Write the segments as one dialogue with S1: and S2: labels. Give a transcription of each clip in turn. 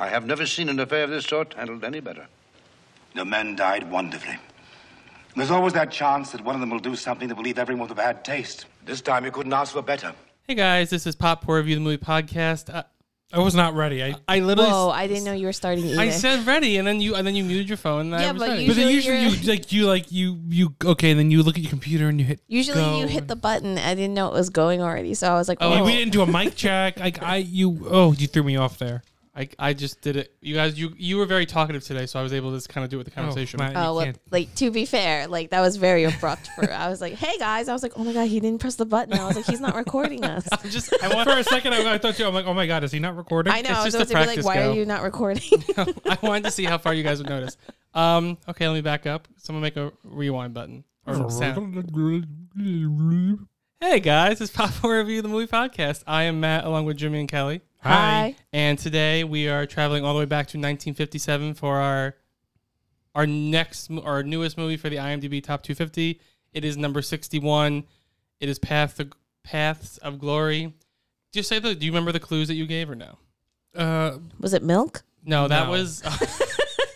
S1: I have never seen an affair of this sort handled any better.
S2: The men died wonderfully. There's always that chance that one of them will do something that will leave everyone with a bad taste. This time you couldn't ask for better.
S3: Hey guys, this is Pop Poor Review the Movie Podcast. I,
S4: I was not ready. I,
S3: I literally,
S5: Whoa, I didn't know you were starting either.
S3: I said ready, and then you, and then you muted your phone. And
S5: Yeah,
S3: I was
S5: but
S3: ready.
S5: you-
S4: but then
S5: Usually
S4: usually you like you like you you okay. Then you look at your computer and you hit.
S5: Usually
S4: go.
S5: you hit the button. I didn't know it was going already, so I was like,
S3: Oh,
S4: Like,
S5: oh,
S4: we didn't do a mic check. Like I you oh you threw me off there.
S3: I, I just did it. You guys, you you were very talkative today, so I was able to just kind of do it with the conversation.
S4: my-
S5: Oh,
S4: you
S5: well,
S4: can't-
S5: like to be fair, like that was very abrupt. For I was like, "Hey guys," I was like, "Oh my god, he didn't press the button." I was like, "He's not recording us."
S3: I'm just
S4: I want, for a second I, I thought you. I'm like oh my god is he not recording?
S5: I know. I was
S3: just a
S5: supposed to be like,
S3: practice
S5: "Why
S3: go.
S5: are you not recording?"
S3: I wanted to see how far you guys would notice. Um, okay, let me back up. Someone make a rewind button or sound. Hey guys, it's Pop Four Review the Movie Podcast. I am Matt, along with Jimmy and Kelly,
S4: Hi.
S3: and today we are traveling all the way back to 1957 for our our next mo- our newest movie for the IMDb Top 250. It is number 61. It is Path to, Paths of Glory. Just say the. Do you remember the clues that you gave or no?
S4: Uh,
S5: Was it milk?
S3: No, that
S4: No.
S3: was uh,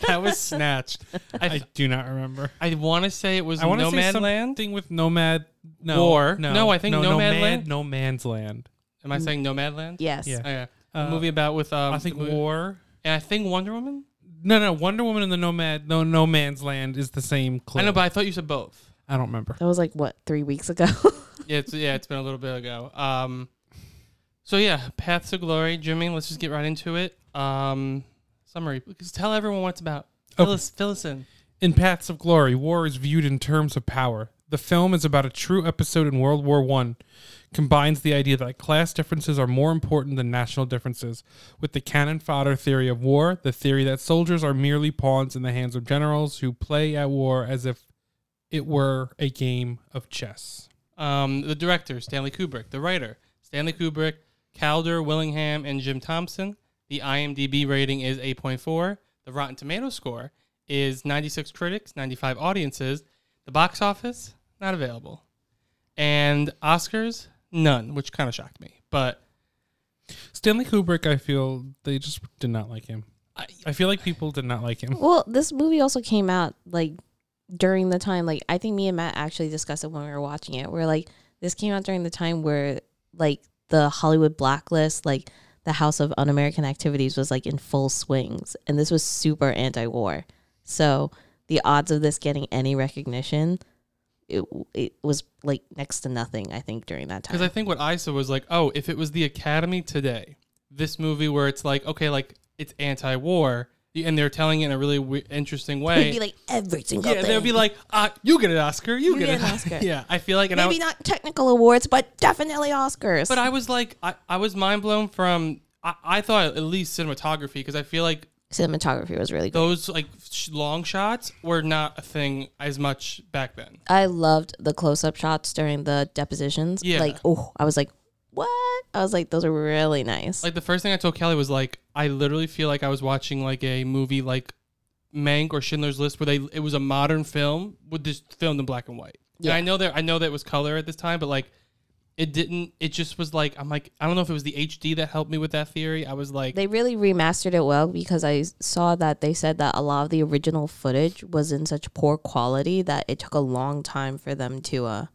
S3: that was snatched. I,
S4: I do not remember.
S3: I want to say it was
S4: I want to say
S3: Nomad
S4: something
S3: Land.
S4: with Nomad. No,
S3: War.
S4: No,
S3: No, I think Nomad Land-
S4: No man's land.
S3: Am I saying Nomad Land?
S5: Yes.
S4: Yeah.
S3: Oh, yeah.
S4: Uh,
S3: a movie about with um,
S4: I think
S3: the movie-
S4: War.
S3: and I think Wonder Woman.
S4: No, no. Wonder Woman and the Nomad. No, No Man's Land is the same. Clue.
S3: I know, but I thought you said both.
S4: I don't remember.
S5: That was like what three weeks ago.
S3: Yeah, it's, yeah, it's been a little bit ago. Um, so yeah, Paths to Glory, Jimmy. Let's just get right into it. Um, summary. Just tell everyone what it's about. Fill
S4: Okay.
S3: us, fill us in.
S4: In Paths of Glory, war is viewed in terms of power. The film is about a true episode in World War One, combines the idea that class differences are more important than national differences with the cannon fodder theory of war, the theory that soldiers are merely pawns in the hands of generals who play at war as if it were a game of chess.
S3: Um, the director, Stanley Kubrick. The writer, Stanley Kubrick, Calder, Willingham, and Jim Thompson. The IMDb rating is 8.4. The Rotten Tomato score is 96 critics, 95 audiences. The box office, not available. And Oscars, none, which kind of shocked me. But
S4: Stanley Kubrick, I feel they just did not like him. I, feel like people did not like him.
S5: well, this movie also came out like during the time. Like I think me and Matt actually discussed it when we were watching it. We're like, this came out during the time where like the Hollywood blacklist, like the House of Un-American Activities, was like in full swings, and this was super anti-war. So the odds of this getting any recognition, it it was like next to nothing. I think during that time.
S3: Because I think what I said was like, oh, if it was the Academy today, this movie where it's like, okay, like it's anti-war, and they're telling it in a really we- interesting way.
S5: It'd be like every single
S3: yeah,
S5: thing.
S3: they'll be like, uh, you get an Oscar, you, get, an Oscar. yeah, I feel like, and
S5: Maybe
S3: I,
S5: not technical awards, but definitely Oscars.
S3: but I was like, I, I was mind blown from. I, I thought at least cinematography because I feel like
S5: cinematography was really good.
S3: those like sh- long shots were not a thing as much back then.
S5: I loved the close up shots during the depositions.
S3: Yeah.
S5: Like, oh, I was like, what? I was like, those are really nice.
S3: Like the first thing I told Kelly was like, I literally feel like I was watching like a movie like Mank or Schindler's List, where they it was a modern film with this filmed in black and white.
S5: Yeah.
S3: And I know that I know that it was color at this time, but like it didn't. It just was like I'm like I don't know if it was the HD that helped me with that theory. I was like,
S5: they really remastered it well because I s- saw that they said that a lot of the original footage was in such poor quality that it took a long time for them to uh,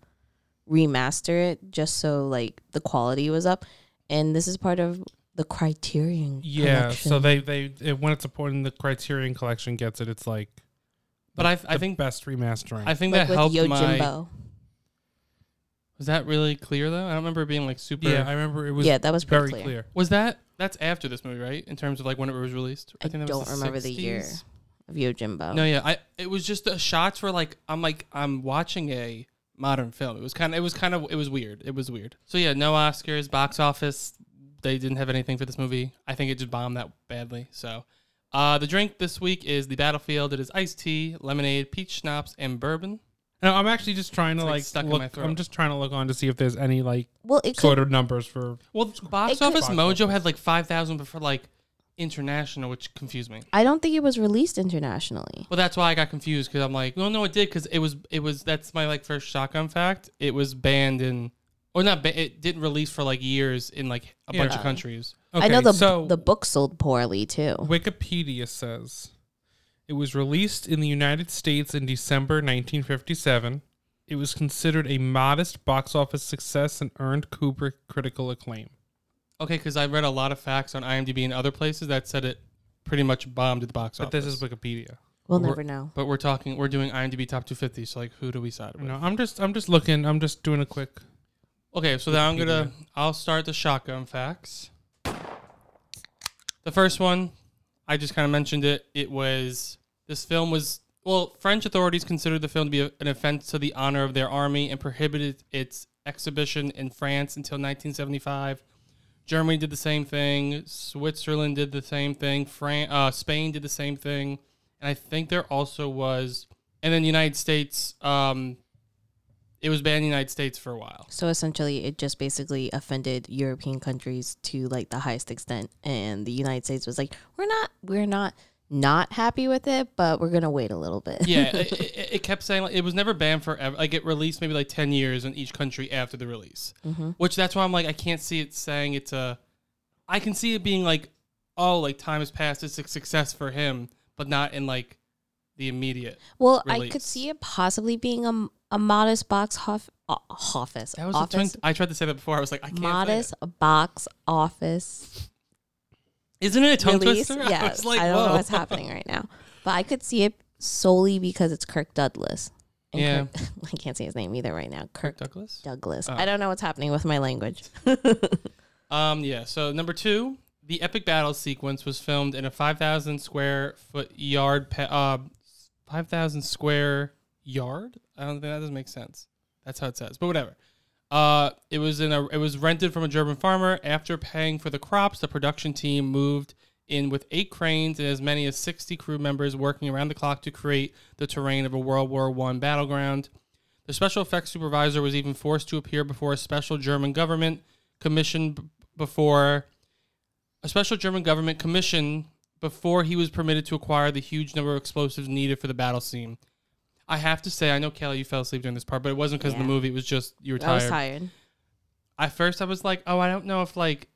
S5: remaster it just so like the quality was up. And this is part of the Criterion.
S4: Yeah,
S5: collection.
S4: so they they it, when it's important, the Criterion Collection gets it. It's like,
S3: but I I
S4: the
S3: think
S4: best remastering.
S3: I think
S5: like
S3: that
S5: with
S3: helped my.
S5: Yojimbo.
S3: Was that really clear though? I don't remember it being like super.
S4: yeah, I remember it was
S5: Yeah, that was pretty
S4: very
S5: clear.
S4: clear.
S3: was that that's after this movie, right? In terms of like when it was released,
S5: I don't remember the year. Of Yojimbo.
S3: No, yeah, I it was just the shots were like I'm like I'm watching a modern film. It was kind of it was kind of it was weird. It was weird. So yeah, no Oscars, box office. They didn't have anything for this movie. I think it just bombed that badly. So, Uh, the drink this week is the Battlefield. It is iced tea, lemonade, peach schnapps, and bourbon.
S4: And I'm actually just trying to
S3: It's, like,
S4: like,
S3: stuck in
S4: look.
S3: my throat.
S4: I'm just trying to look on to see if there's any like
S5: Well, it could
S4: sort of numbers for.
S3: Well, box
S5: could-
S3: office
S4: Box
S3: Mojo had like five thousand for like international, which confused me.
S5: I don't think it was released internationally.
S3: Well, that's why I got confused because I'm like, well, no, it did because it was it was that's my like first shotgun fact. It was banned in or not. Ba- it didn't release for like years in like a bunch of
S4: Yeah.
S3: countries.
S5: I know
S4: Okay,
S5: the
S4: so
S5: the book sold poorly too.
S4: Wikipedia says it was released in the United States in December 1957. It was considered a modest box office success and earned Kubrick critical acclaim.
S3: Okay, because I read a lot of facts on IMDb and other places that said it pretty much bombed at the box
S4: But
S3: office.
S4: this is Wikipedia.
S5: We'll
S3: We're-
S5: never know.
S3: But we're talking, we're doing IMDb top 250. So like, who do we side with?
S4: No, I'm just I'm just looking. I'm just doing a quick.
S3: Okay, so then I'm gonna I'll start the shotgun facts. The first one, I just kind of mentioned it. It was this film was well, French authorities considered the film to be a- an offense to the honor of their army and prohibited its exhibition in France until 1975. Germany did the same thing. Switzerland did the same thing. Fran- uh, Spain did the same thing, and I think there also was, and then the United States. Um, it was banned in the United States for a while.
S5: So essentially, it just basically offended European countries to like the highest extent, and the United States was like, "We're not, we're not, not happy with it, but we're gonna wait a little bit."
S3: yeah, it, it, it kept saying like, it was never banned forever. Like it released maybe like ten years in each country after the release,
S5: Mm-hmm.
S3: which that's why I'm like I can't see it saying it's a. I can see it being like, oh, like time has passed. It's a success for him, but not in like the immediate.
S5: well, I could
S3: release.
S5: see it possibly being a, a modest box hof, uh, office.
S3: That was a
S5: office,
S3: twin- I tried to say that before. I was like, I can't. say
S5: modest box office
S3: it. Isn't it a tongue
S5: release.
S3: twister?
S5: Yeah,
S3: I was like,
S5: I don't know
S3: whoa.
S5: what's happening right now, but I could see it solely because it's Kirk Douglas. And
S3: Yeah.
S5: Kirk, I can't say his name either right now. Kirk
S3: Douglas.
S5: Douglas.
S3: Oh.
S5: I don't know what's happening with my language.
S3: Um, yeah. So number two, the epic battle sequence was filmed in a five thousand square foot yard, pe- uh, five thousand square yard. I don't think that doesn't make sense. That's how it says, but whatever. Uh, it was in a. It was rented from a German farmer. After paying for the crops, the production team moved in with eight cranes and as many as sixty crew members working around the clock to create the terrain of a World War One battleground. The special effects supervisor was even forced to appear before a special German government commission b- before a special German government commission before he was permitted to acquire the huge number of explosives needed for the battle scene. I have to say, I know Kelly, you fell asleep during this part, but it wasn't because of the
S5: Yeah.
S3: movie. It was just you were
S5: I was tired.
S3: at first I was like, oh, I don't know if like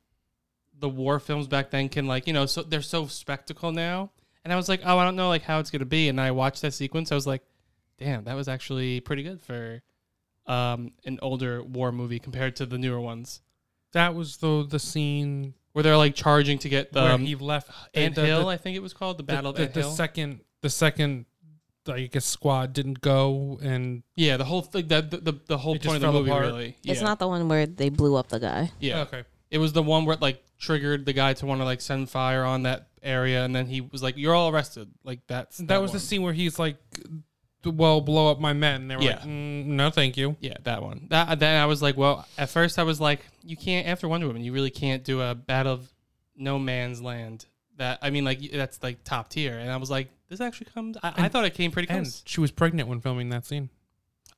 S3: the war films back then can like, you know, so they're so spectacle now. And I was like, oh, I don't know like how it's gonna be. And I watched that sequence. I was like, damn, that was actually pretty good for um, an older war movie compared to the newer ones
S4: That was the the scene
S3: where they're like charging to get the
S4: where
S3: um,
S4: he left uh,
S3: Ant
S4: the- the-
S3: Hill. I think it was called the
S4: the-
S3: Battle
S4: the,
S3: of Ant
S4: the
S3: Hill.
S4: second the second I guess squad didn't go and
S3: yeah, the whole thing. The, the, the, the whole
S4: It just
S3: point of the
S4: fell
S3: movie
S4: apart.
S3: really.
S5: It's
S3: Yeah.
S5: not the one where they blew up the guy.
S3: Yeah.
S4: okay
S3: It was the one where it like triggered the guy to want to like send fire on that area, and then he was like, "You're all arrested." Like that's
S4: that, was
S3: one.
S4: the scene where he's like well blow up my men and they were
S3: Yeah.
S4: like mm, no thank you
S3: Yeah, that one. That uh, then I was like, well, at first I was like, you can't after Wonder Woman, you really can't do a battle of no man's land. That I mean, like that's like top tier. And I was like, this actually comes. I, I
S4: And-
S3: thought it came pretty
S4: and
S3: close.
S4: she was pregnant when filming that scene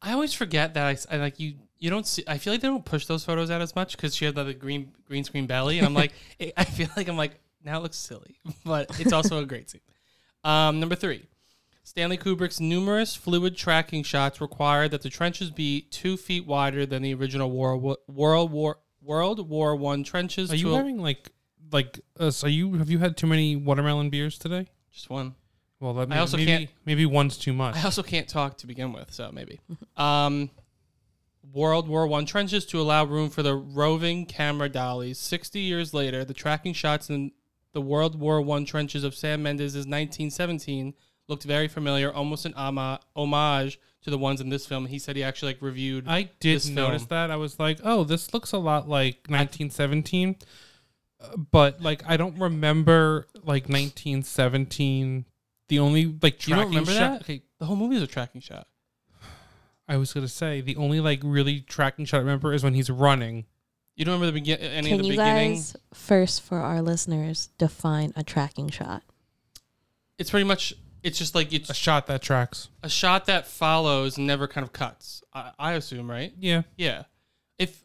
S3: I always forget that I s- I, like you. You don't see. I feel like they don't push those photos out as much because she had like, the green green screen belly, and I'm like, it, I feel like I'm like now it looks silly, but it's also a great scene. Um, number three, Stanley Kubrick's numerous fluid tracking shots required that the trenches be two feet wider than the original War, Wo- World War World War One trenches.
S4: are
S3: to
S4: you
S3: a-
S4: having like like uh, so you have you had too many watermelon beers today
S3: just one?
S4: well that
S3: I also
S4: maybe,
S3: can't-
S4: maybe one's too much
S3: I also can't talk to begin with, so maybe. Um, World War One trenches to allow room for the roving camera dollies. Sixty years later, the tracking shots in the World War One trenches of Sam Mendes' 1917 looked very familiar, almost an ama- homage to the ones in this film. He said he actually like reviewed.
S4: I did
S3: this
S4: notice
S3: film.
S4: that. I was like, oh, this looks a lot like 1917. Uh, But like I don't remember like 1917. The only like
S3: you
S4: tracking
S3: don't remember
S4: shot,
S3: that? Okay, the whole movie is a tracking shot.
S4: I was gonna say the only like really tracking shot I remember is when he's running.
S3: You don't remember the begin any
S5: Can
S3: of the
S5: you
S3: beginning?
S5: guys first for our listeners define a tracking shot?
S3: it's pretty much it's just like it's
S6: A shot that tracks.
S3: a shot that follows and never kind of cuts. I, I assume, right?
S6: Yeah.
S3: Yeah. If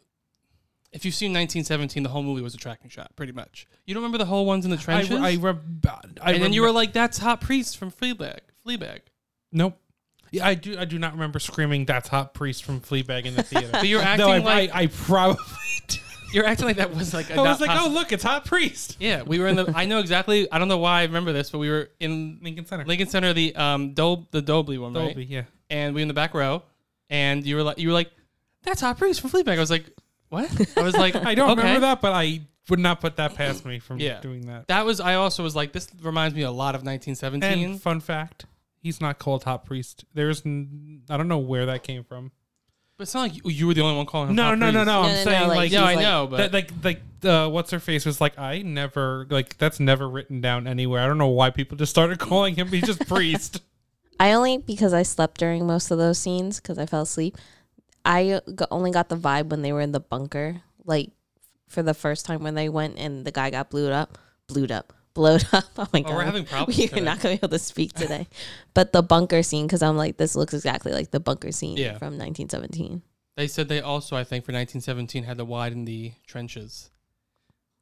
S3: if you've seen 1917, the whole movie was a tracking shot, pretty much. You don't remember the whole ones in the
S6: I,
S3: trenches,
S6: I, rem- I
S3: and then you
S6: remem-
S3: were like, "That's Hot Priest from Fleabag." Fleabag.
S6: Nope. Yeah, I do. I do not remember screaming "That's Hot Priest" from Fleabag in the theater.
S3: But you're acting
S6: Though I,
S3: like
S6: I, I probably. Did.
S3: you're acting like that was like a
S6: I
S3: not
S6: was like,
S3: possible-
S6: "Oh, look, it's Hot Priest."
S3: Yeah, we were in the. I know exactly. I don't know why I remember this, but we were in
S6: Lincoln Center.
S3: Lincoln Center, the um Dol- the Dobley one, right?
S6: Dolby, yeah.
S3: And we were in the back row, and you were like, you were like, that's Hot Priest from Fleabag. I was like, what? I was like,
S6: I don't
S3: okay.
S6: remember that, but I would not put that past me from
S3: Yeah.
S6: doing that.
S3: That was. I also was like, this reminds me a lot of 1917.
S6: And fun fact, he's not called Hot Priest. There's, n- I don't know where that came from.
S3: but it's not like you, you were the only one calling him.
S6: No,
S3: Hot
S6: no, no,
S3: Priest.
S6: no.
S5: No,
S6: I'm
S5: no, no,
S6: saying
S5: like,
S6: like,
S3: Yeah,
S5: He's
S3: I
S5: like-
S3: know, but
S6: that, like, like uh, what's her face was like, I never like that's never written down anywhere. I don't know why people just started calling him. He's just Priest.
S5: I only because I slept during most of those scenes because I fell asleep. I g- only got the vibe when they were in the bunker, like for the first time when they went and the guy got blew up, blew up, blowed up. Oh my god,
S3: we're having problems
S5: We are
S3: today.
S5: not going to be able to speak today. but the bunker scene, because I'm like, this looks exactly like the bunker scene
S3: Yeah.
S5: from 1917.
S3: they said they also, I think, for 1917, had to widen the trenches.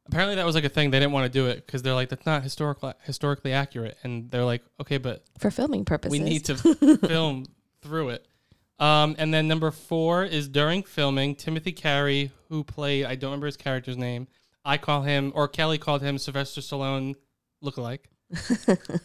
S3: Apparently, that was like a thing. They didn't want to do it because they're like, that's not historical, historically accurate. And they're like, okay, but
S5: For filming purposes,
S3: we need to film through it. Um, and then number four is during filming, Timothy Carey, who played, I don't remember his character's name. I call him, or Kelly called him Sylvester Stallone lookalike.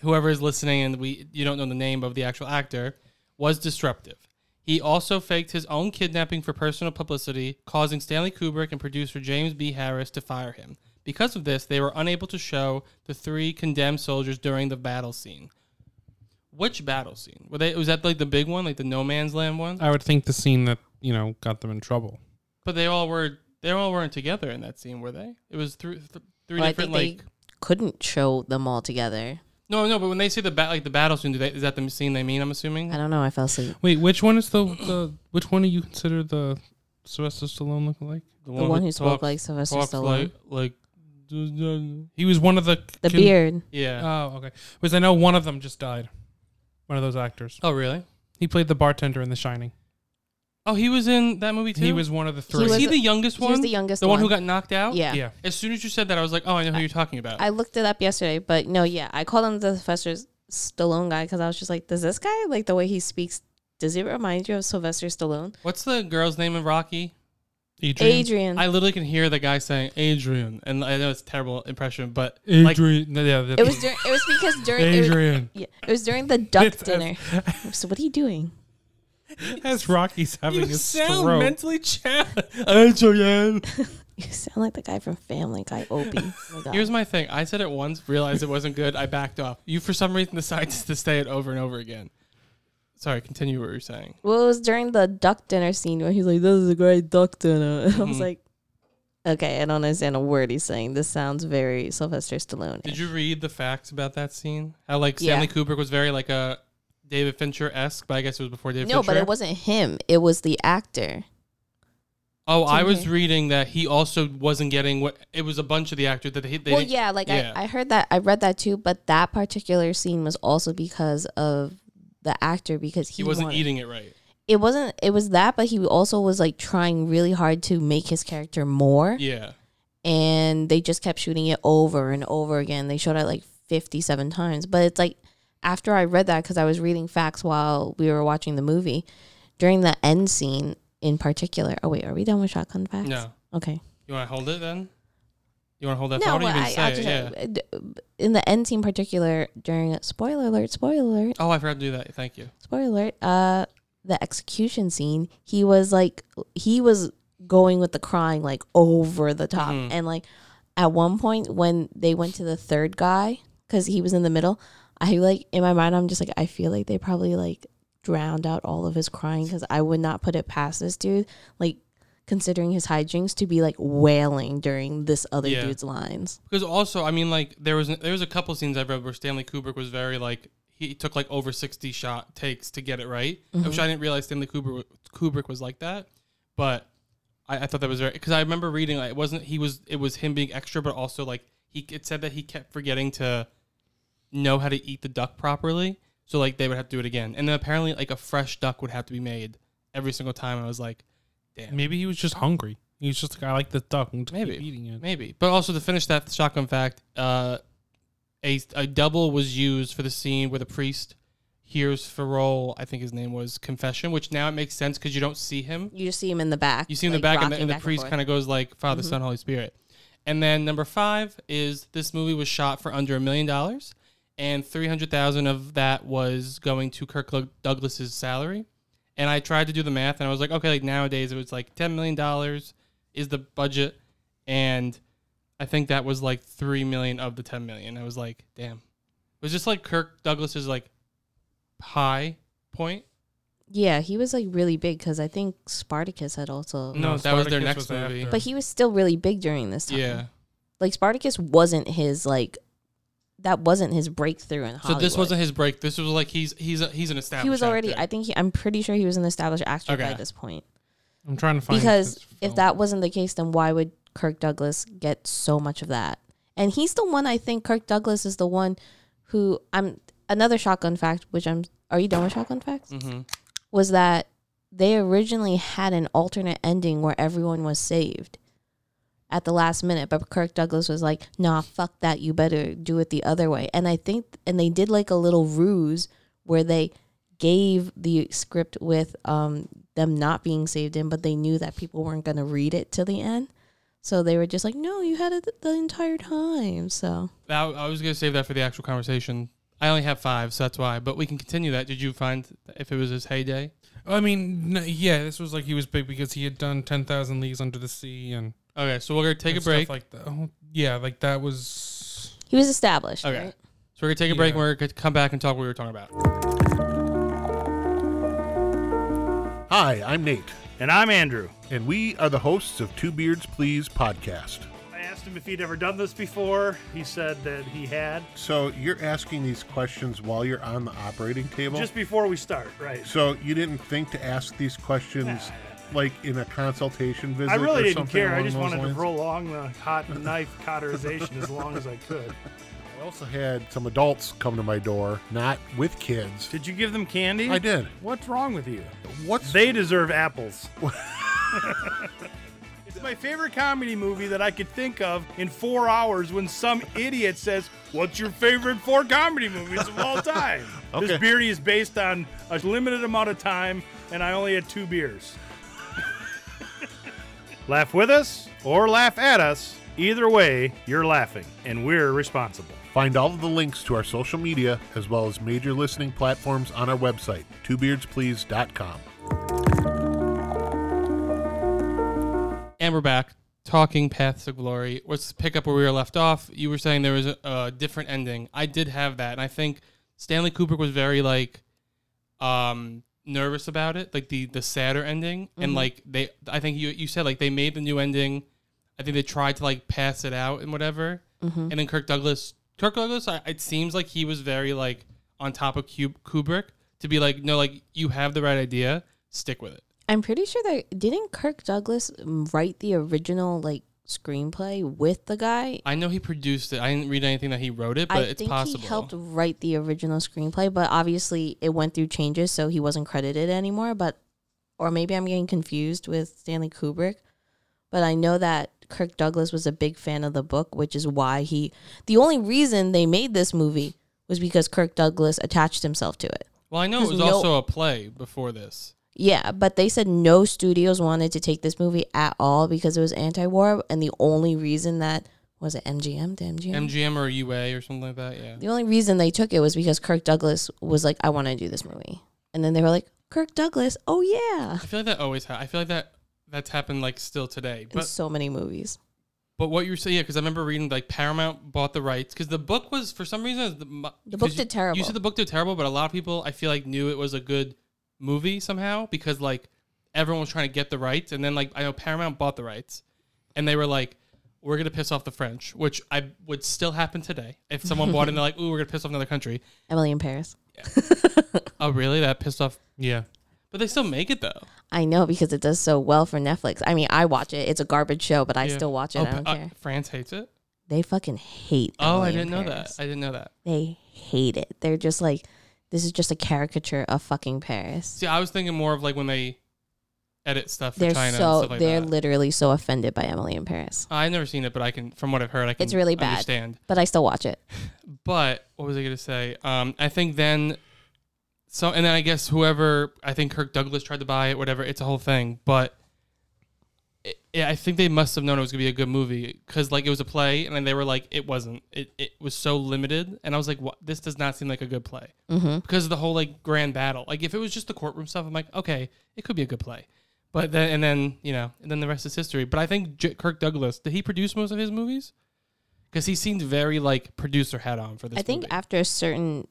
S3: Whoever is listening and we you don't know the name of the actual actor, was disruptive. He also faked his own kidnapping for personal publicity, causing Stanley Kubrick and producer James B. Harris to fire him. Because of this, they were unable to show the three condemned soldiers during the battle scene. Which battle scene? Were they was that like the big one, like the no man's land one?
S5: Uh,
S6: I would think the scene that you know got them in trouble.
S3: But they all were they all weren't together in that scene, were they? It was through th- three
S5: Well, I
S3: different
S5: think
S3: like
S5: they couldn't show them all together.
S3: No, no, but when they say the bat like the battle scene, do they, is that the scene they mean, I'm assuming?
S5: I don't know. I fell asleep.
S6: Wait, which one is the, the which one do you consider the Sylvester Stallone look like?
S5: The one who spoke
S3: talks-
S5: like Sylvester
S3: talks
S5: Stallone.
S3: like like Uh,
S6: He was one of the
S5: The
S6: can-
S5: beard.
S3: Yeah.
S6: Oh, okay. Because I know one of them just died. One of those actors.
S3: oh, really?
S6: He played the bartender in The Shining.
S3: Oh, he was in that movie too.
S6: He was one of the three.
S3: Was he
S5: was-
S3: the youngest
S5: he
S3: one?
S5: was the youngest
S3: The one, who
S5: one.
S3: got knocked out.
S5: Yeah.
S6: yeah.
S3: As soon as you said that, I was like, oh, I know who you're talking about.
S5: I looked it up yesterday, but no, yeah, I called him the Sylvester Stallone guy because I was just like, does this guy like the way he speaks? Does it remind you of Sylvester Stallone?
S3: What's the girl's name in Rocky?
S6: Adrian.
S5: Adrian.
S3: I literally can hear the guy saying Adrian, and I know it's a terrible impression, but like
S6: Adrian. no, yeah,
S5: it was during, it was because during it was-
S6: Adrian.
S5: yeah, it was during the duck
S6: It's-
S5: dinner. so what are you doing?
S6: As Rocky's having his stroke.
S3: challenged. Adrian.
S5: You sound like the guy from Family Guy, Opie. Oh my God.
S3: Here's my thing. I said it once, realized it wasn't good. I backed off. You, for some reason, decided to say it over and over again. Sorry, continue what you're saying.
S5: well, it was during the duck dinner scene where he's like, "This is a great duck dinner," and I
S3: Mm-hmm.
S5: was like, "Okay, I don't understand a word he's saying. This sounds very Sylvester Stallone."
S3: Did you read the facts about that scene? How like
S5: Yeah.
S3: Stanley Kubrick was very like a David Fincher esque, but I guess it was before David.
S5: No,
S3: Fincher.
S5: but it wasn't him. It was the actor.
S3: Oh, I was
S5: okay.
S3: reading that he also wasn't getting what it was. A bunch of the actors that he, they
S5: well
S3: didn't-
S5: yeah like
S3: yeah.
S5: I, I heard that i read that too but that particular scene was also because of the actor because he,
S3: he wasn't
S5: wanted-
S3: eating it right.
S5: it wasn't it was that but he also was like trying really hard to make his character more
S3: Yeah,
S5: and they just kept shooting it over and over again they showed it like 57 times but it's like after i read that because i was reading facts while we were watching the movie during the end scene in particular oh wait are we done with shotgun facts
S3: No.
S5: okay
S3: you want to hold it then? You want to hold that
S5: no,
S3: thought? or
S5: well,
S3: you can
S5: I,
S3: say
S5: I
S3: it?
S5: just uh,
S3: yeah.
S5: in the end scene in particular during spoiler alert, spoiler alert,
S3: Oh, I forgot to do that. Thank you.
S5: spoiler alert. Uh, the execution scene, he was like, he was going with the crying like over the top,
S3: Mm-hmm.
S5: and like at one point when they went to the third guy because he was in the middle, I like in my mind I'm just like I feel like they probably like drowned out all of his crying because I would not put it past this dude like. Considering his hijinks to be like wailing during this other
S3: Yeah.
S5: dude's lines.
S3: Because also, I mean, like there was there was a couple scenes I've read where Stanley Kubrick was very like he took like over sixty shot takes to get it right, which I didn't realize Stanley Kubrick Kubrick was like that. But I, I thought that was very because I remember reading like it wasn't he was it was him being extra, but also like he it said that he kept forgetting to know how to eat the duck properly. So like they would have to do it again. And then apparently like a fresh duck would have to be made every single time. I was like, damn.
S6: Maybe he was just hungry. He was just like, I like this duck. I'm just
S3: Maybe.
S6: keep eating it.
S3: Maybe. But also to finish that shotgun fact, uh, a, a double was used for the scene where the priest hears Farol, I think his name was, confession, which now it makes sense because you don't see him.
S5: You just see him in the back.
S3: You see him in the
S5: like,
S3: back, and the,
S5: rocking
S3: and the
S5: back
S3: priest
S5: forth. Mm-hmm.
S3: kind of goes like Father, Son, Holy Spirit. And then number five is this movie was shot for under a million dollars, and three hundred thousand of that was going to Kirk Douglas's salary. And I tried to do the math, and I was like, okay, like nowadays it was like ten million dollars is the budget, and I think that was like three million of the ten million. I was like, damn, it was just like Kirk Douglas's like high point.
S5: Yeah, he was like really big because I think Spartacus had also.
S3: No, that was their
S6: Spartacus
S3: next
S6: was
S3: movie.
S6: after.
S5: But he was still really big during this time.
S3: Yeah.
S5: Like Spartacus wasn't his like. That wasn't his breakthrough in
S3: So
S5: Hollywood.
S3: this wasn't his break. This was like he's he's a, he's an established.
S5: He was already.
S3: actor.
S5: I think he. I'm pretty sure he was an established actor by
S3: Okay.
S5: this point.
S6: I'm trying to find
S5: Because
S6: this
S5: if
S6: film.
S5: that wasn't the case, then why would Kirk Douglas get so much of that? And he's the one I think Kirk Douglas is the one who I'm another shotgun fact, which I'm are you done with shotgun facts? Was that they originally had an alternate ending where everyone was saved at the last minute, but Kirk Douglas was like, nah, fuck that, you better do it the other way. And I think and they did like a little ruse where they gave the script with um, them not being saved in, but they knew that people weren't going to read it till the end. So they were just like, no, you had it th- the entire time. So
S3: That, I was gonna save that for the actual conversation. I only have five, so that's why. But we can continue that. Did you find if it was his heyday?
S6: I mean, no, yeah, this was like he was big because he had done Ten Thousand Leagues Under the Sea and
S3: Okay, so we're gonna take
S6: and
S3: a break.
S6: Stuff like that. Oh, yeah, like that was.
S5: he was established.
S3: okay,
S5: right?
S3: so we're gonna take a break and
S6: Yeah.
S3: we're gonna come back and talk what we were talking about.
S7: Hi, I'm Nate,
S8: And I'm Andrew.
S7: and we are the hosts of Two Beards Please podcast.
S8: I asked him if he'd ever done this before. He said that he had.
S7: So you're asking these questions while you're on the operating table.
S8: Just before we start, right?
S7: so you didn't think to ask these questions like in a consultation visit.
S8: I really
S7: or
S8: didn't
S7: something
S8: care. I
S7: along
S8: just
S7: those
S8: wanted
S7: lines?
S8: to prolong the hot knife cauterization as long as I could.
S7: I also had some adults come to my door, not with kids.
S9: Did you give them candy?
S7: I did.
S9: What's wrong with you?
S7: What's
S8: They deserve apples.
S9: It's my favorite comedy movie that I could think of in four hours when some idiot says, What's your favorite four comedy movies of all time?
S7: Okay.
S9: This beardy is based on a limited amount of time, and I only had two beers. laugh with us or laugh at us. Either way, you're laughing, and we're responsible.
S7: Find all of the links to our social media as well as major listening platforms on our website, twobeardsplease.com.
S3: And we're back talking Paths of Glory. Let's pick up where we were left off. You were saying there was a, a different ending. I did have that, and I think Stanley Kubrick was very like um nervous about it, like the the sadder ending, and like they, I think you you said like they made the new ending. I think they tried to like pass it out and whatever, and then Kirk Douglas, Kirk Douglas, I, it seems like he was very like on top of Cub Kubrick to be like, no, like you have the right idea, stick with it.
S5: I'm pretty sure that didn't Kirk Douglas write the original like screenplay with the guy?
S3: I know he produced it. I didn't read anything that he wrote it, but
S5: I
S3: it's
S5: think
S3: possible.
S5: he helped write the original screenplay, but obviously it went through changes, so he wasn't credited anymore. But or maybe I'm getting confused with Stanley Kubrick. But I know that Kirk Douglas was a big fan of the book, which is why he. The only reason they made this movie was because Kirk Douglas attached himself to it.
S3: Well, I know it
S5: 'Cause
S3: was
S5: no-
S3: also a play before this.
S5: Yeah, but they said no studios wanted to take this movie at all because it was anti-war, and the only reason that was it MGM, the MGM,
S3: MGM or UA or something like that. Yeah.
S5: The only reason they took it was because Kirk Douglas was like, "I want to do this movie," and then they were like, "Kirk Douglas, oh yeah,"
S3: I feel like that always. Ha- I feel like that that's happened like still today.
S5: in
S3: But
S5: so many movies.
S3: but what you were saying, yeah, because I remember reading like Paramount bought the rights because the book was for some reason the, mo-
S5: The
S3: 'cause
S5: book
S3: you-
S5: did terrible.
S3: You said the book did terrible, but a lot of people I feel like knew it was a good movie somehow because like everyone was trying to get the rights, and then like I know Paramount bought the rights, and they were like. We're gonna piss off the French, which I would still happen today if someone bought it. and They're like, "Ooh, we're gonna piss off another country."
S5: Emily in Paris.
S3: Oh, really? That pissed off
S6: Yeah.
S3: But they still make it though.
S5: I know because it does so well for Netflix. I mean, I watch it. It's a garbage show, but I
S3: Yeah.
S5: still watch it.
S3: Oh,
S5: I don't
S3: but, uh,
S5: care.
S3: France hates it.
S5: They fucking hate.
S3: Oh,
S5: Emily
S3: I
S5: in
S3: didn't know that.
S5: Paris.
S3: I didn't know that.
S5: They hate it. They're just like, this is just a caricature of fucking Paris.
S3: See, I was thinking more of like when they edit stuff for
S5: They're
S3: China and
S5: so
S3: stuff like
S5: they're
S3: that.
S5: literally so offended by Emily in Paris.
S3: I've never seen it, but I can, from what I've heard, I can
S5: It's really bad.
S3: Mm, understand.
S5: But I still watch it.
S3: But what was I going to say? Um, I think then, so and then I guess whoever I think Kirk Douglas tried to buy it, whatever. It's a whole thing, but it, it- I think they must have known it was going to be a good movie because like it was a play, and then they were like, it wasn't. It it was so limited, and I was like, what? This does not seem like a good play because of the whole like grand battle. Like if it was just the courtroom stuff, I'm like, okay, it could be a good play. But then and then you know, and then the rest is history. But I think J- Kirk Douglas did he produce most of his movies? Because he seemed very like producer hat on for this.
S5: I think
S3: movie. Mm.
S5: after a certain,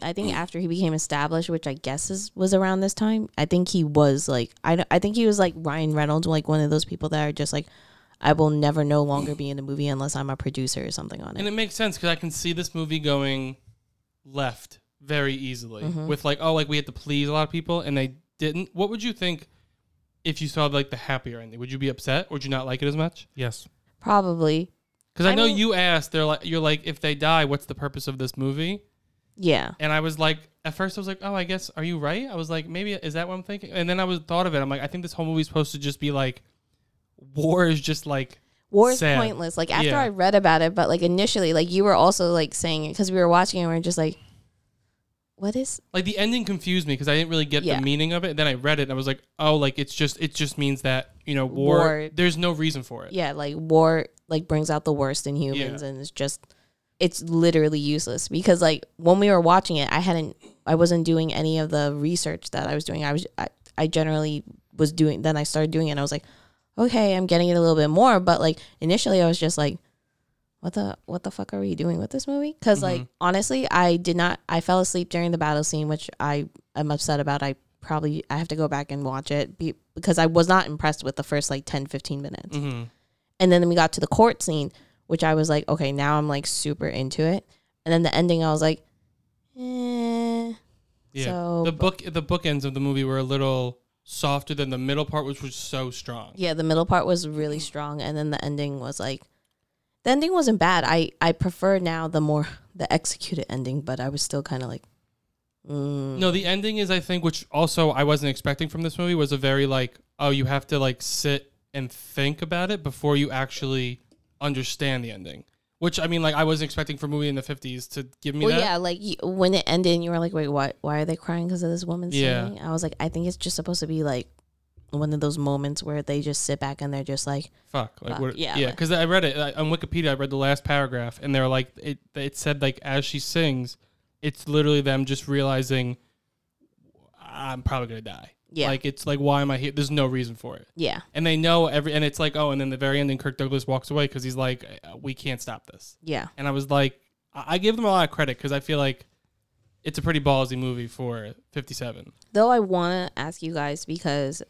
S5: I think after he became established, which I guess is was around this time. I think he was like I don't- I think he was like Ryan Reynolds, like one of those people that are just like, I will never no longer be in a movie unless I'm a producer or something on
S3: and
S5: it.
S3: it makes sense because I can see this movie going left very easily with like, oh, like we had to please a lot of people and they didn't. What would you think if you saw like the happier ending? Would you be upset? Would you not like it as much?
S6: Yes.
S5: Probably,
S3: Because I,
S5: I
S3: know
S5: mean-
S3: you asked. They're like, you're like, if they die, what's the purpose of this movie?
S5: yeah.
S3: And I was like, at first I was like, oh, I guess, are you right? I was like, maybe is that what I'm thinking? And then I was thought of it. I'm like, I think this whole movie's supposed to just be like, war is just like
S5: War is
S3: sad.
S5: pointless. Like after
S3: Yeah.
S5: I read about it, but like initially, like you were also like saying it because we were watching it. and we are just like, what is?
S3: like the ending confused me because I didn't really get
S5: Yeah.
S3: the meaning of it. And then I read it and I was like, oh, like it's just it just means that you know war.
S5: War.
S3: There's no reason for it.
S5: Yeah, like war like brings out the worst in humans,
S3: Yeah.
S5: and it's just it's literally useless because like when we were watching it, I hadn't, I wasn't doing any of the research that I was doing. I was, I, I generally was doing. Then I started doing it. and I was like, okay, I'm getting it a little bit more. But like initially, I was just like, what the what the fuck are we doing with this movie? Because
S3: Mm-hmm.
S5: like honestly, I did not. I fell asleep during the battle scene, which I am upset about. I probably I have to go back and watch it be, because I was not impressed with the first like 10, 15 minutes. And then we got to the court scene, which I was like, okay, now I'm like super into it. And then the ending, I was like, eh.
S3: Yeah.
S5: So-
S3: the book the bookends of the movie were a little softer than the middle part, which was so strong.
S5: yeah the middle part was really strong and then the ending was like the ending wasn't bad i i prefer now the more the executed ending but i was still kind of like mm,
S3: No, the ending is I think which also I wasn't expecting from this movie was a very like oh you have to like sit and think about it before you actually understand the ending. Which I mean like I wasn't expecting for a movie in the 50s to give me
S5: well
S3: that.
S5: yeah like you, when it ended and you were like wait what why are they crying because of this woman
S3: Yeah.
S5: singing i was like i think it's just supposed to be like one of those moments where they just sit back and they're just like
S3: Fuck. Like
S5: Fuck,
S3: what?
S5: yeah,
S3: Yeah. Yeah.
S5: like-
S3: Because I read it I, on Wikipedia. I read the last paragraph, and they're like, it. It said like as she sings, it's literally them just realizing, I'm probably gonna die.
S5: Yeah.
S3: Like it's like why am I here? There's no reason for it.
S5: yeah
S3: And they know every. And it's like oh, and then the very ending, Kirk Douglas walks away because he's like, uh, we can't stop this.
S5: yeah
S3: And I was like, I, I give them a lot of credit because I feel like. It's a pretty ballsy movie for 57.
S5: though i want to ask you guys because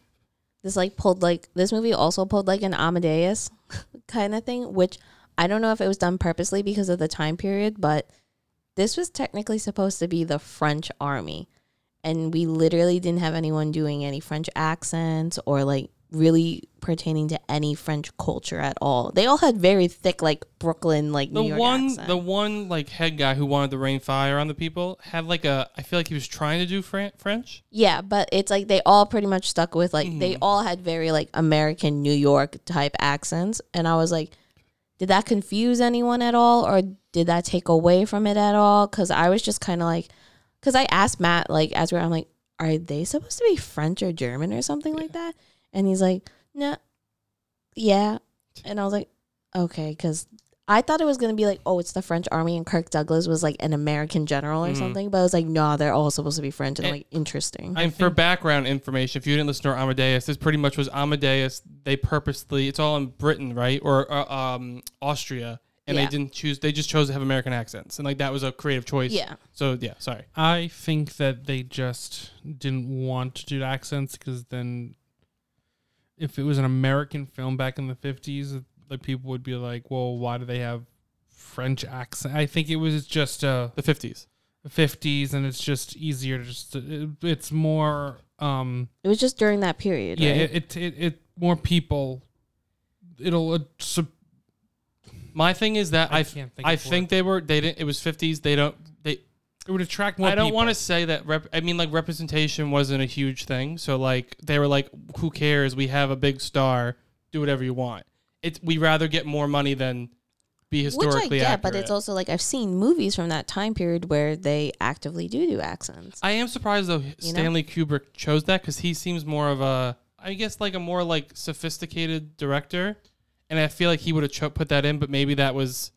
S5: this like pulled like this movie also pulled like an amadeus kind of thing which i don't know if it was done purposely because of the time period but this was technically supposed to be the french army and we literally didn't have anyone doing any french accents or like really pertaining to any french culture at all they all had very thick like brooklyn like
S3: The
S5: new york
S3: one,
S5: accent.
S3: the one like head guy who wanted to rain fire on the people had like a. I feel like he was trying to do Fran- French.
S5: Yeah, but it's like they all pretty much stuck with like they all had very like American New York type accents and I was like did that confuse anyone at all or did that take away from it at all cuz I was just kind of like cuz I asked Matt like as we were I'm like are they supposed to be French or German or something like that and he's like no yeah and I was like okay cuz I thought it was going to be like oh it's the French army and Kirk Douglas was like an American general or something but I was like no nah, they're all supposed to be French and I'm
S3: And-
S5: like interesting
S3: And for background information, if you didn't listen to our Amadeus, this pretty much was Amadeus. They purposely, it's all in Britain, right, or uh, um, Austria, and
S5: Yeah.
S3: they didn't choose. They just chose to have American accents, and like that was a creative choice.
S5: Yeah.
S3: So yeah, sorry.
S6: I think that they just didn't want to do the accents because then, if it was an American film back in the fifties, like people would be like, "Well, why do they have French accent?" I think it was just a
S3: The fifties.
S6: fifties, and it's just easier to just. It, it's more, um,
S5: It was just during that period.
S6: yeah,
S5: right?
S6: it, it it more people. It'll uh, sub,
S3: My thing is that
S6: I
S3: I
S6: can't think
S3: I
S6: of
S3: think they were they didn't. It was fifties. They don't they.
S6: It would attract more.
S3: I don't
S6: people.
S3: want to say that. Rep, I mean, like representation wasn't a huge thing. So like they were like, who cares? We have a big star. Do whatever you want. It's we rather get more money than be
S5: Which I
S3: historically
S5: get,
S3: accurate.
S5: but it's also like I've seen movies from that time period where they actively do do accents.
S3: I am surprised though
S5: know?
S3: Stanley Kubrick chose that because he seems more of a, I guess like a more like sophisticated director, and I feel like he would have cho- put that in, but maybe that was,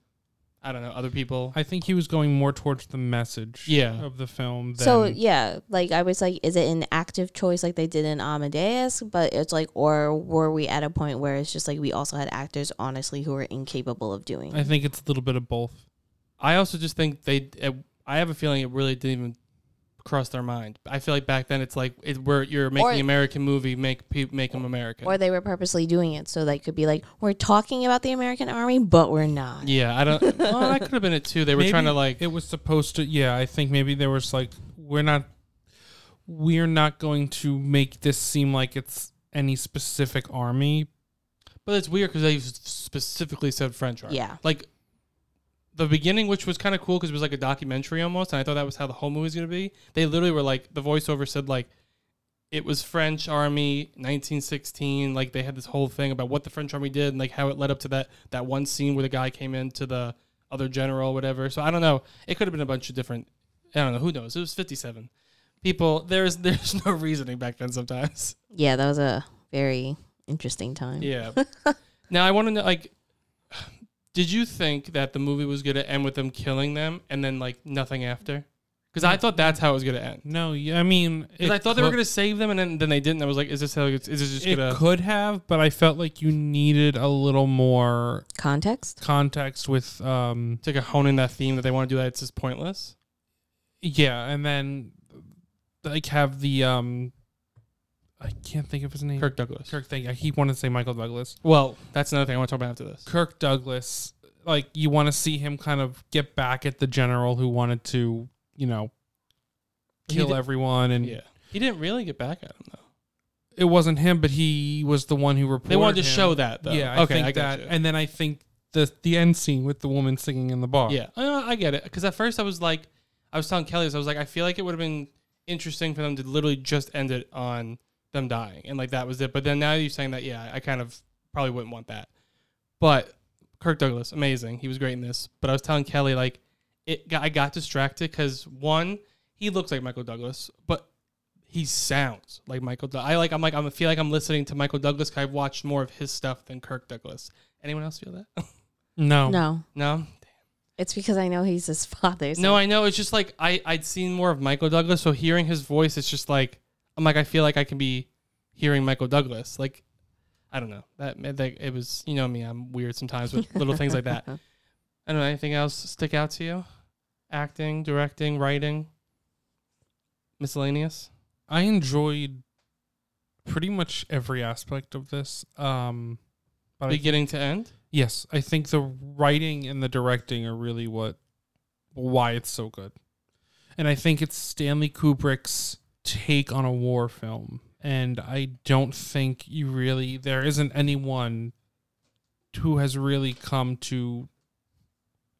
S3: I don't know, other people.
S6: I think he was going more towards the message.
S3: Yeah.
S6: of the film. Than,
S5: So yeah, like I was like, is it an active choice like they did in Amadeus? But it's like, or were we at a point where it's just like we also had actors honestly who were incapable of doing?
S6: I think it's a little bit of both.
S3: I also just think they, it, I have a feeling it really didn't even cross their mind. I feel like back then it's like it, where you're making
S5: Or-
S3: an American movie, make pe- make them American.
S5: or they were purposely doing it so they could be like, we're talking about the American Army, but we're not.
S3: yeah, I don't. well, that could have been it too. They were
S6: Maybe
S3: trying to like.
S6: It was supposed to. Yeah, I think maybe there was like we're not, we're not going to make this seem like it's any specific army.
S3: But it's weird because they specifically said French art.
S5: Yeah.
S3: Like the beginning, which was kind of cool because it was like a documentary almost, and I thought that was how the whole movie was gonna be. They literally were like the voiceover said like it was French Army 1916. Like they had this whole thing about what the French Army did and like how it led up to that that one scene where the guy came in to the other general, whatever. So I don't know. It could have been a bunch of different. I don't know. Who knows? It was 57 people. There's there's no reasoning back then sometimes.
S5: Yeah, that was a very interesting time.
S3: Yeah. now I want to know, like, did you think that the movie was gonna end with them killing them and then like nothing after? Because I thought that's how it was gonna end.
S6: No, yeah, I mean, it
S3: Because I thought they were
S6: could-
S3: gonna save them and then, then they didn't. I was like, is this how? It's, is this just
S6: It
S3: gonna?
S6: could have, but I felt like you needed a little more
S5: Context.
S6: context with um
S3: Take a hone in that theme that they want to do that it's just pointless.
S6: yeah and then like have the um i can't think of his name
S3: Kirk Douglas.
S6: kirk thing i keep wanting to say michael douglas
S3: Well, that's another thing I want to talk about after this.
S6: kirk douglas like you want to see him kind of get back at the general who wanted to you know
S3: He
S6: kill
S3: did-
S6: everyone and
S3: Yeah, he didn't really get back at him though.
S6: it wasn't him but he was the one who reported
S3: They wanted to
S6: him.
S3: show that though.
S6: yeah I
S3: okay,
S6: think
S3: I got
S6: that
S3: you.
S6: and then i think the the end scene with the woman singing in the bar
S3: Yeah, uh, I get it. Because at first I was like, I was telling Kelly this. I was like, I feel like it would have been interesting for them to literally just end it on them dying, and like that was it. But then now you're saying that, yeah, I kind of probably wouldn't want that. But Kirk Douglas, amazing. He was great in this. But I was telling Kelly like, it. Got, I got distracted because one, he looks like Michael Douglas, but he sounds like Michael. Doug- I like. I'm like. I'm- I feel like I'm listening to Michael Douglas. 'cause I've watched more of his stuff than Kirk Douglas. Anyone else feel that? Um,
S6: no
S5: No,
S3: no.
S5: it's because I know he's his father. So
S3: No, I know. It's just like I I'd seen more of Michael Douglas, so hearing his voice, it's just like I'm like I feel like I can be hearing Michael Douglas. Like I don't know that, that it was you know me. I'm weird sometimes with little things like that. I don't know anything else stick out to you? Acting, directing, writing, miscellaneous.
S6: I enjoyed pretty much every aspect of this. Um, but I think-
S3: Beginning to end.
S6: yes, I think the writing and the directing are really what why it's so good, and I think it's Stanley Kubrick's take on a war film, and I don't think you really there isn't anyone who has really come to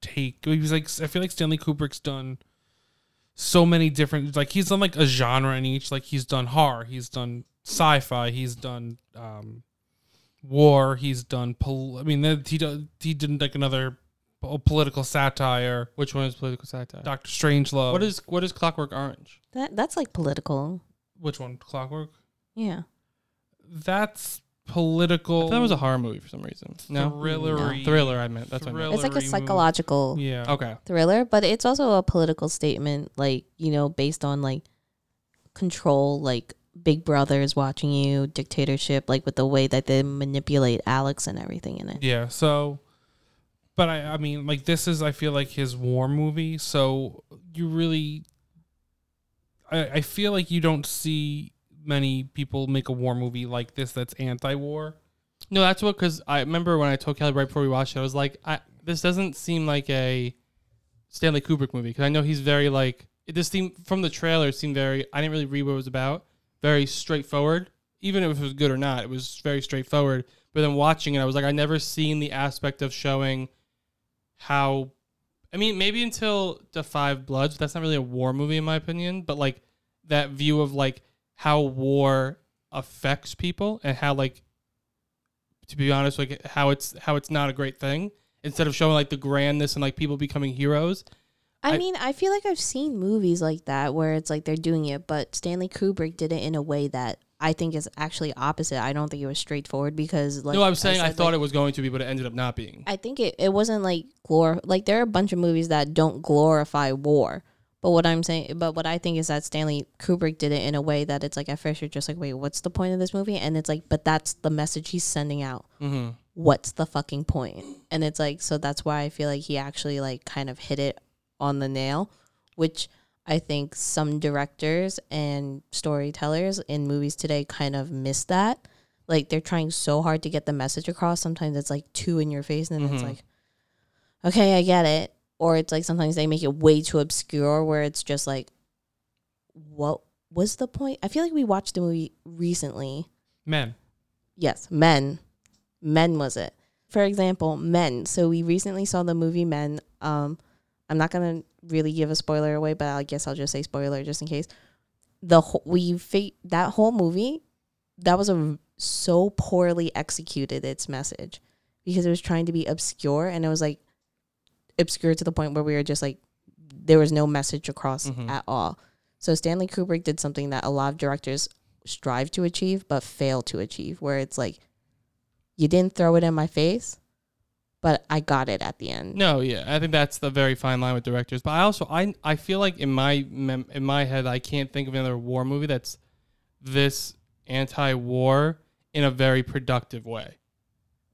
S6: take. He was like I feel like Stanley Kubrick's done so many different like he's done like a genre in each like he's done horror he's done sci-fi he's done um war he's done pol- i mean then he do- he did like another po- political satire
S3: Which one is political satire?
S6: dr strangelove
S3: What is what is Clockwork Orange?
S5: that, that's like political.
S6: which one clockwork
S5: Yeah.
S6: that's
S3: I
S6: political
S3: thought that was a horror movie for some reason. No,
S6: Thrillery.
S3: thriller. I meant that's what I meant.
S5: It's like a
S6: Hillary movie.
S5: psychological
S6: yeah
S3: Okay,
S5: thriller, but it's also a political statement, like, you know, based on like control, like Big Brother is watching you, dictatorship, like with the way that they manipulate Alex and everything in it.
S6: Yeah. So, but I, I mean, like this is, I feel like his war movie. So you really, I, I feel like you don't see many people make a war movie like this that's anti-war.
S3: No, that's what because I remember when I told Kelly right before we watched it, I was like, I, "This doesn't seem like a Stanley Kubrick movie." Because I know he's very like it just seemed from the trailer it seemed very. I didn't really read what it was about. Very straightforward, even if it was good or not, it was very straightforward. But then watching it, I was like, I never seen the aspect of showing how I mean, maybe until the Five Bloods, but that's not really a war movie in my opinion, but like that view of like how war affects people and how like to be honest, like how it's how it's not a great thing. Instead of showing like the grandness and like people becoming heroes,
S5: I,
S3: I-
S5: mean, I feel like I've seen movies like that where it's like they're doing it, but Stanley Kubrick did it in a way that I think is actually opposite. I don't think it was straightforward because like
S3: no, I was saying I,
S5: said,
S3: thought
S5: like,
S3: it was going to be, but it ended up not being.
S5: I think it, it wasn't like glor like there are a bunch of movies that don't glorify war. But what I'm saying but what I think is that Stanley Kubrick did it in a way that it's like at first you're just like, wait, what's the point of this movie? And it's like, but that's the message he's sending out.
S3: Mm-hmm.
S5: What's the fucking point? And it's like so that's why I feel like he actually like kind of hit it on the nail, which I think some directors and storytellers in movies today kind of miss that like they're trying so hard to get the message across. Sometimes it's like too in your face, and then it's
S3: Mhm.
S5: like, okay, I get it. Or it's like sometimes they make it way too obscure, where it's just like, what was the point? I feel like we watched the movie recently.
S6: Men.
S5: Yes, Men. Men was it. For example, Men. So we recently saw the movie Men. Um, I'm not gonna really give a spoiler away, but I guess I'll just say spoiler just in case. The whole, we fa- that whole movie, that was a so poorly executed its message because it was trying to be obscure and it was like obscure to the point where we were just like there was no message across
S3: Mhm.
S5: at all. So Stanley Kubrick did something that a lot of directors strive to achieve but fail to achieve where it's like you didn't throw it in my face but i got it at the end
S3: No, yeah, I think that's the very fine line with directors. But I also I I feel like in my mem- in my head I can't think of another war movie that's this anti-war in a very productive way.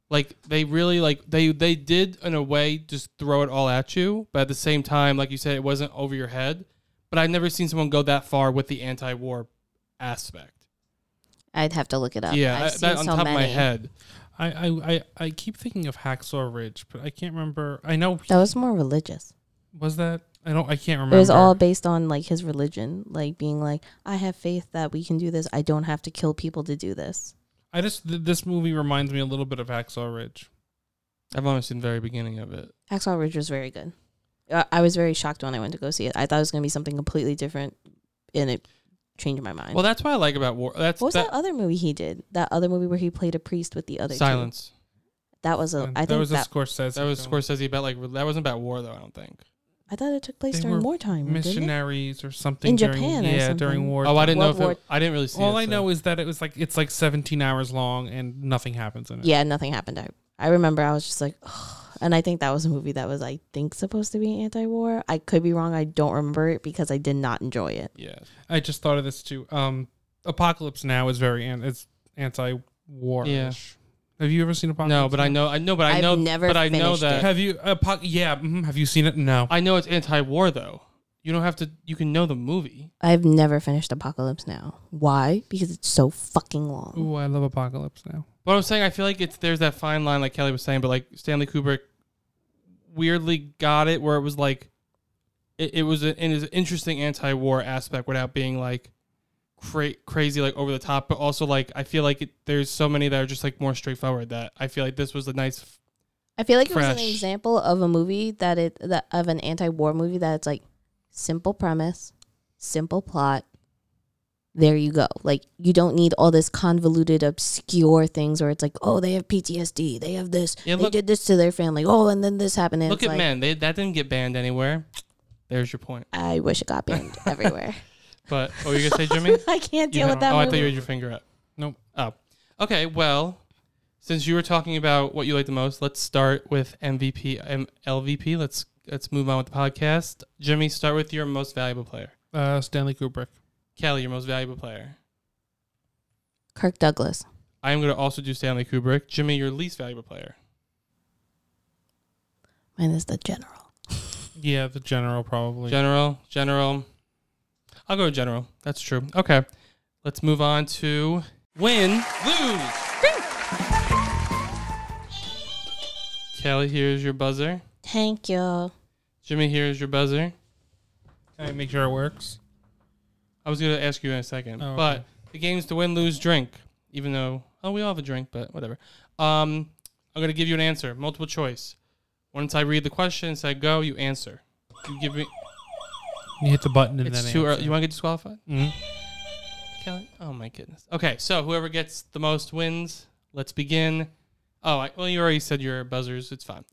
S3: Like they really like they they did in a way just throw it all at you, but at the same time, like you said, it wasn't over your head. But I've never seen someone go that far with the anti-war aspect.
S5: i'd have to look it up
S3: yeah,
S5: I've
S3: I-
S5: seen
S3: that on
S5: so
S3: top of my
S5: many.
S3: head.
S6: I, I, I, I keep thinking of Hacksaw Ridge, but I can't remember. I know
S5: that was more religious
S6: was that. I don't. I can't remember.
S5: it was all based on like his religion like being like i have faith that we can do this i don't have to kill people to do this
S6: I just th- this movie reminds me a little bit of Hacksaw Ridge.
S3: I've only seen the very beginning of it.
S5: axel ridge was very good I, I was very shocked when i went to go see it i thought it was going to be something completely different and it changed my mind
S3: Well, that's what I like about war. That's
S5: what was that,
S3: that,
S5: other movie he did that other movie where he played a priest with the other two?
S3: silence.
S5: that was a
S6: And
S5: i think
S6: that was
S5: that
S6: a Scorsese.
S3: That was
S6: film.
S3: Scorsese about like that wasn't about war though. I don't think.
S5: I thought it took place
S6: They
S5: during
S6: were
S5: wartime. Didn't it?
S6: missionaries or something
S5: In
S6: during,
S5: Japan or
S6: Yeah,
S5: something.
S6: during war.
S3: Oh, I didn't know
S5: World
S3: if
S5: War-
S3: it, I didn't really see.
S6: All
S3: it,
S6: I
S3: so-
S6: know is that it was like it's like 17 hours long and nothing happens in it.
S5: Yeah, nothing happened. I, I remember I was just like, Ugh. and I think that was a movie that was I think supposed to be anti-war. I could be wrong. I don't remember it because I did not enjoy it.
S3: yeah,
S6: I just thought of this too. Um, Apocalypse Now is very an- it's anti-war.
S3: yeah.
S6: Have you ever seen Apocalypse?
S3: No, but I know, I know, but I
S5: I've
S3: know,
S5: never
S3: but I know
S5: finished
S6: Now?
S3: that
S6: Have you? Apoc- yeah. mhm, have you seen it? No.
S3: I know it's anti-war though. You don't have to. You can know the movie.
S5: I've never finished Apocalypse Now. Why? Because it's so fucking long.
S6: Ooh, I love Apocalypse Now.
S3: But I'm saying I feel like it's there's that fine line, like Kelly was saying, but like Stanley Kubrick weirdly got it where it was like it, it was a, it is an interesting anti-war aspect without being like cra- crazy like over the top, but also like I feel like it, there's so many that are just like more straightforward that I feel like this was a nice
S5: I feel like it was an
S3: Fresh.
S5: example of a movie that it that of an anti-war movie that it's like simple premise, simple plot. There you go. Like you don't need all this convoluted, obscure things where it's like, oh, they have PTSD, they have this,
S3: Yeah,
S5: they
S3: look-
S5: did this to their family, oh, and then this happened. And
S3: Look
S5: it's
S3: at
S5: like,
S3: men. They, that didn't get banned anywhere. There's your point.
S5: I wish it got banned everywhere.
S3: But what were you gonna say, Jimmy?
S5: I can't
S3: You
S5: deal
S3: had-
S5: with that
S3: oh, I thought
S5: movie.
S3: you had your finger up.
S6: Nope.
S3: Oh. Okay. Well, since you were talking about what you like the most, let's start with MVP, um, LVP. Let's let's move on with the podcast. Jimmy, start with your most valuable player.
S6: Uh, Stanley Kubrick.
S3: Kelly, your most valuable player.
S5: Kirk Douglas.
S3: I am going to also do Stanley Kubrick. Jimmy, your least valuable player.
S5: Mine is the general.
S6: Yeah, the general probably.
S3: General, general. I'll go with general. That's true. Okay. Let's move on to win, lose. Kelly, here's your buzzer.
S5: Thank you.
S3: Jimmy, here's your buzzer.
S6: Can I make sure it works?
S3: I was going to ask you in a second,
S6: Oh, okay.
S3: but the game's to win, lose, drink. Even though, oh, we all have a drink, but whatever. Um, I'm going to give you an answer, multiple choice. Once I read the question, say go, you answer. You give me.
S6: You hit the button and
S3: It's
S6: then
S3: too
S6: answer.
S3: early. You want to get disqualified?
S6: Mhm.
S3: Kelly? Oh my goodness. Okay, so whoever gets the most wins. Let's begin. Oh, I, well, you already said your buzzers. It's fine.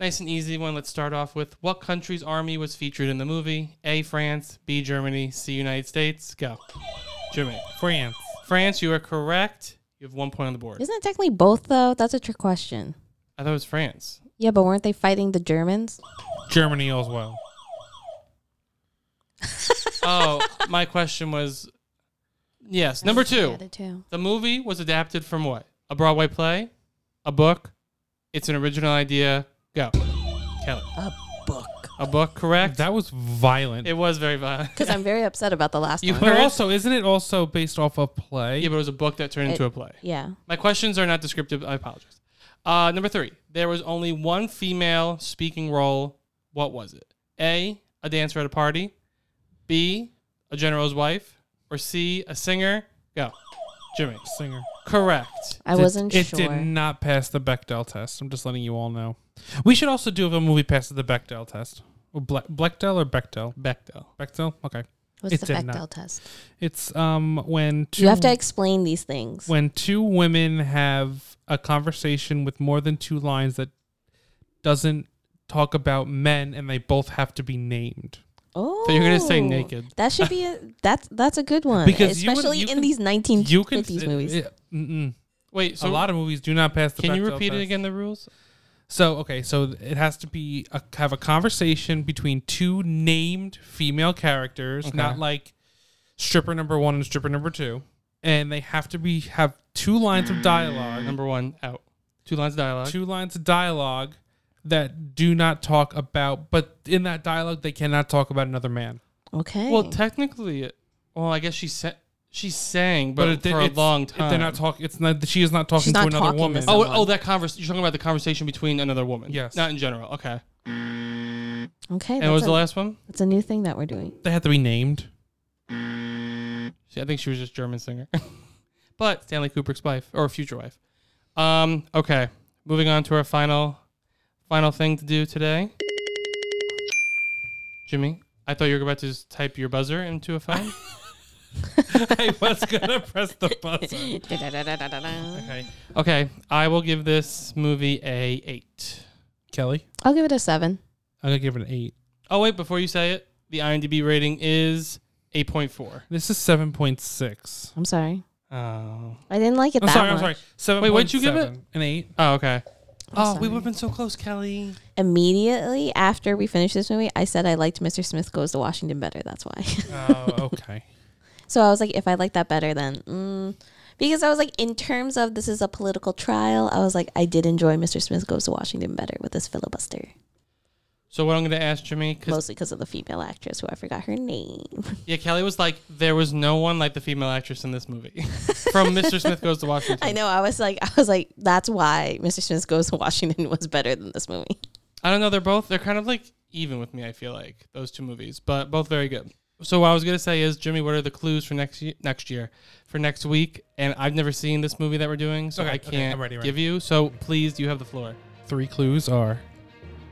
S3: Nice and easy one. Let's start off with what country's army was featured in the movie? A. France. B. Germany. C. United States. Go. Germany.
S6: France.
S3: France. You are correct. You have one point on the board.
S5: Isn't it technically both though? That's a trick question.
S3: I thought it was France.
S5: Yeah, but weren't they fighting the Germans?
S6: Germany as well.
S3: Oh, my question was, yes. Number two.
S5: The two.
S3: The movie was adapted from what? A Broadway play? A book? It's an original idea. Go. Kelly.
S5: A book.
S3: A book, correct?
S6: That was violent.
S3: it was very violent.
S5: Because I'm very upset about the last
S3: You
S5: one.
S3: were-
S6: but also, isn't it also based off a play?
S3: Yeah, but it was a book that turned
S5: It-
S3: into a play.
S5: Yeah.
S3: My questions are not descriptive. I apologize. Uh, number three. There was only one female speaking role. What was it? A. A dancer at a party. B. A general's wife. Or C. A singer. Go. Jimmy.
S6: Singer.
S3: Correct.
S5: I
S6: Did-
S5: wasn't
S6: it
S5: sure.
S6: did not pass the Bechdel test. I'm just letting you all know. We should also do if a movie passes the Bechdel test. Or Ble- Blechdel or Bechdel?
S3: Bechdel.
S6: Bechdel? Okay.
S5: What's
S6: it
S5: the
S6: did
S5: Bechdel
S6: not.
S5: test?
S6: It's um when two
S5: You have to explain these things.
S6: when two women have a conversation with more than two lines that doesn't talk about men and they both have to be named.
S5: oh,
S3: So you're gonna say naked.
S5: That should be a that's that's a good one,
S6: Because you would-
S5: especially
S6: you
S5: in
S6: can-
S5: these 1950s
S6: You can
S5: movies.
S6: it- mm-mm.
S3: Wait, so
S6: a lot of movies do not pass the
S3: Can you
S6: Bechdel
S3: repeat it
S6: test.
S3: again? The rules.
S6: So okay, so it has to be a, have a conversation between two named female characters, not like stripper number one and stripper number two, and they have to be have two lines of dialogue,
S3: Number one out. Two lines of dialogue.
S6: two lines of dialogue that do not talk about, but in that dialogue they cannot talk about another man.
S5: okay.
S3: Well, technically, it- well, I guess she sa- she sang, but,
S6: But it,
S3: for a
S6: it's-
S3: long
S6: it-
S3: time.
S6: they're not talking. It's not. She is not talking
S5: She's
S6: to
S5: not
S6: another
S5: talking to
S6: woman.
S5: someone.
S3: Oh, oh, that converse. You're talking about the conversation between another woman.
S6: Yes.
S3: Not in general. Okay.
S5: okay.
S3: And
S5: that's
S3: what was
S5: a,
S3: the last one?
S5: that's a new thing that we're doing.
S6: they have to be named.
S3: See, I think she was just German singer, but Stanley Kubrick's wife or future wife. Um. Okay. Moving on to our final, final thing to do today. Jimmy, I thought you were about to just type your buzzer into a phone.
S6: I was gonna press the button.
S3: Okay. Okay. I will give this movie a eight.
S6: Kelly,
S5: I'll give it a seven.
S6: I'm gonna give it an eight.
S3: Oh wait, before you say it, the IMDb rating is eight point four.
S6: This is seven point six.
S5: I'm sorry.
S3: Oh.
S5: I didn't like it
S6: I'm
S5: that
S6: sorry,
S5: much.
S6: I'm sorry. Seven.
S3: Wait, what'd you give it?
S6: seven, An eight.
S3: Oh okay. oh, we
S5: sorry.
S3: would have been so close, Kelly.
S5: Immediately after we finished this movie, I said I liked Mr. Smith Goes to Washington better. That's why.
S6: Oh, okay.
S5: so I was like, if I like that better, then mm. because I was like, in terms of this is a political trial, I was like, I did enjoy Mr. Smith Goes to Washington better with this filibuster,
S3: So what I'm gonna ask Jimmy, because
S5: mostly because of the female actress who I forgot her name.
S3: yeah, Kelly was like, there was no one like the female actress in this movie. From Mr. Smith Goes to Washington.
S5: I know. I was like, I was like, that's why Mr. Smith Goes to Washington was better than this movie.
S3: I don't know. They're both. They're kind of like even with me. I feel like those two movies, but both very good. So what I was gonna say is, Jimmy, what are the clues for next year? Next year, for next week, and I've never seen this movie that we're doing, so
S6: Okay,
S3: I
S6: okay,
S3: can't
S6: I'm ready, ready.
S3: give you. So please, you have the floor.
S6: Three clues are.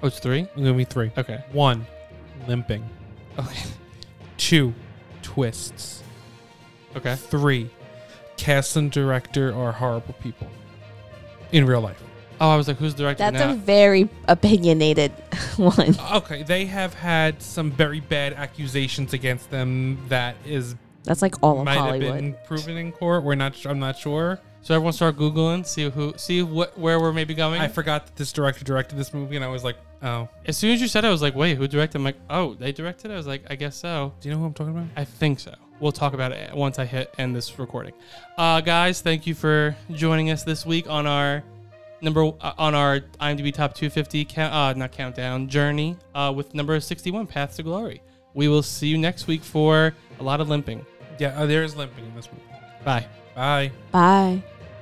S3: Oh, it's three.
S6: I'm gonna be three.
S3: Okay.
S6: One, limping.
S3: Okay.
S6: Two, twists.
S3: Okay.
S6: Three, cast and director are horrible people. In real life.
S3: Oh, I was like, who's directing
S5: That's a
S3: that?
S5: very opinionated one.
S6: Okay, they have had some very bad accusations against them. That is
S5: That's like all of
S6: might
S5: Hollywood.
S6: have been proven in court. We're not. su- I'm not sure.
S3: So everyone start googling, see who, see what, where we're maybe going.
S6: I forgot that this director directed this movie, and I was like, oh,
S3: as soon as you said, it, I was like, wait, who directed? I'm like, oh, they directed. it? I was like, I guess so.
S6: do you know who I'm talking about?
S3: I think so. We'll talk about it once I hit end this recording. Uh, guys, thank you for joining us this week on our number uh, on our IMDb top 250 count, uh, not countdown journey uh, with number 61, Paths to Glory. We will see you next week for a lot of limping.
S6: Yeah, oh, there is limping in this movie.
S3: Bye.
S6: Bye.
S5: Bye.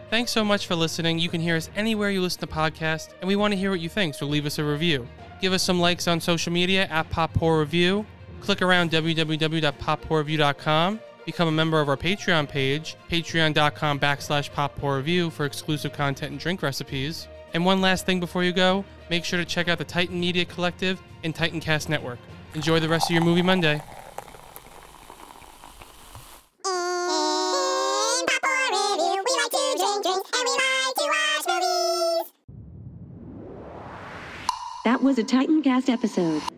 S3: Thanks so much for listening. You can hear us anywhere you listen to podcasts, and we want to hear what you think, so leave us a review. Give us some likes on social media at Pop Poor Review. Click around www.poppoorreview.com. Become a member of our Patreon page, patreon.com backslash Pop Poor Review for exclusive content and drink recipes. And one last thing before you go, make sure to check out the Titan Media Collective and Titan Cast Network. Enjoy the rest of your movie Monday.
S10: That was a Titan Cast episode.